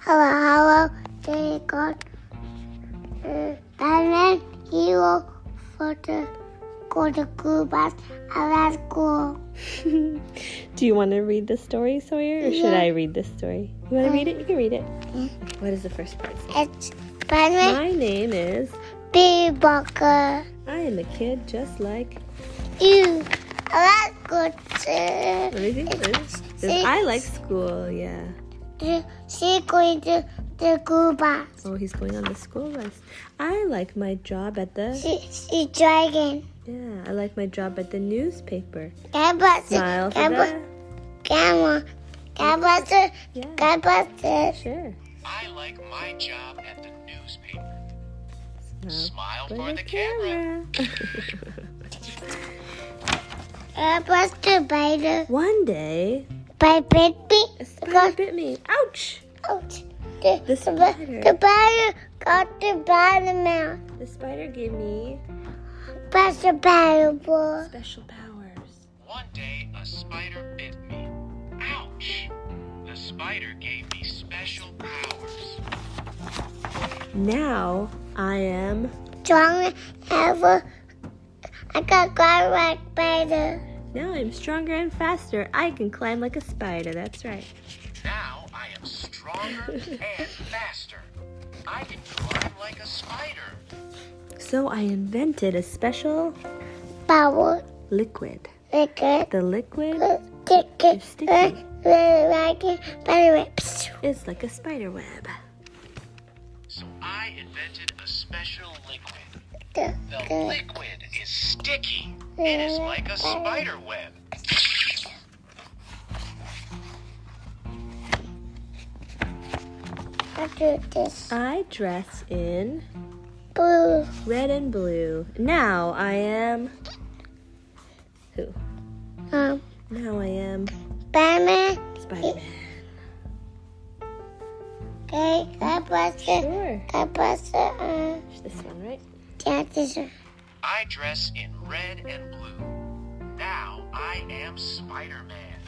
Hello, hello, they got uh, Batman hero for the go to school bus at school. Do you want to read the story, Sawyer, or should Yeah. I read this story? You want to read it? You can read it. Yeah. What is the first part? say? It's Batman My name is. Big Bunker. I am a kid just like. You, I like good. What is it? What is it? Says, I like school. Yeah. Uh, she going to the school bus. Oh, he's going on the school bus. I like my job at the. She, she dragon. Yeah, I like my job at the newspaper. Gabus, Smile for Gabus, the. Gamma, Gabus, Yeah. Gabus. Sure. I like my job at the newspaper. Smile Smile for the camera. camera. Gabus the spider. One day, By bit me. a spider bit me. Ouch! Out. The, The spider. The spider got the battle mouth. The spider gave me But the battle ball. special powers. One day, a spider bit me. Ouch! The spider gave me special powers. Now I am Strong ever. I got got right spider. now I'm stronger and faster. I can climb like a spider. That's right. Now I am stronger and faster. I can climb like a spider. So I invented a special Power. liquid. Like a The liquid ticket. It's sticky. Like a spider whips. is like a spider web. So I invented a special liquid. The, The the, liquid is sticky. It is like a spider web. I do this. I dress in Blue. red and blue. Now I am who? Um, Now I am Batman. Spider-Man. Okay, that was the, Sure. that was the, uh, This one, right? yeah, this one. I dress in red and blue. Now I am Spider Man.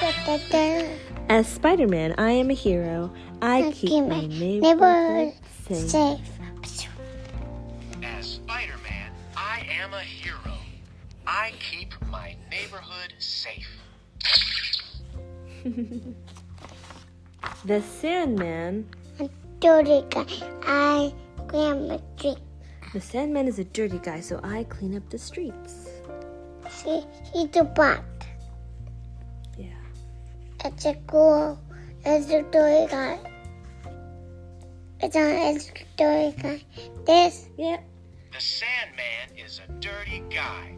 Da, da, da. As Spider-Man, I am a hero. I I keep keep my my neighborhood neighborhood safe. Safe. As Spider Man, I am a hero. I keep my neighborhood safe. The Sandman. I'm dirty guy. I grandma drink. The Sandman is a dirty guy, so I clean up the streets. She, he the bot. Yeah. It's a cool. It's a dirty guy. It's a, it's a dirty guy. This, Yep. The Sandman is a dirty guy,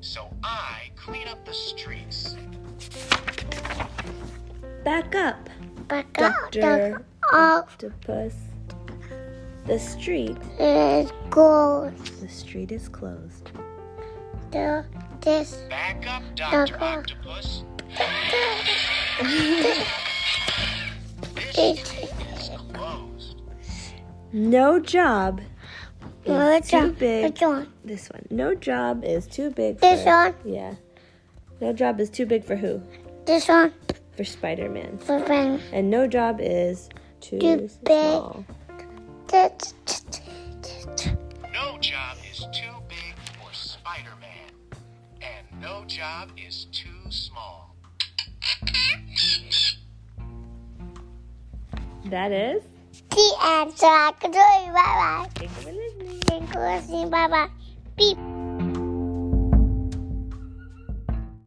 so I clean up the streets. Back up, but Doctor All octopus. The street. is gold. The street is closed. The, this. Back up, Dr. Doctor. Octopus. This This. street is closed. No job. is Which too one? big. Which one? This one. No job is too big. This for, one? Yeah. No job is too big for who? This one For Spider-Man. for Batman. And no job is too, Too big. small. This, this, this, this. No job is too big for Spider Man, and no job is too small. That is. The answer. I can do it. Bye bye. Thank you for listening. Thank you for listening. Bye bye. Beep.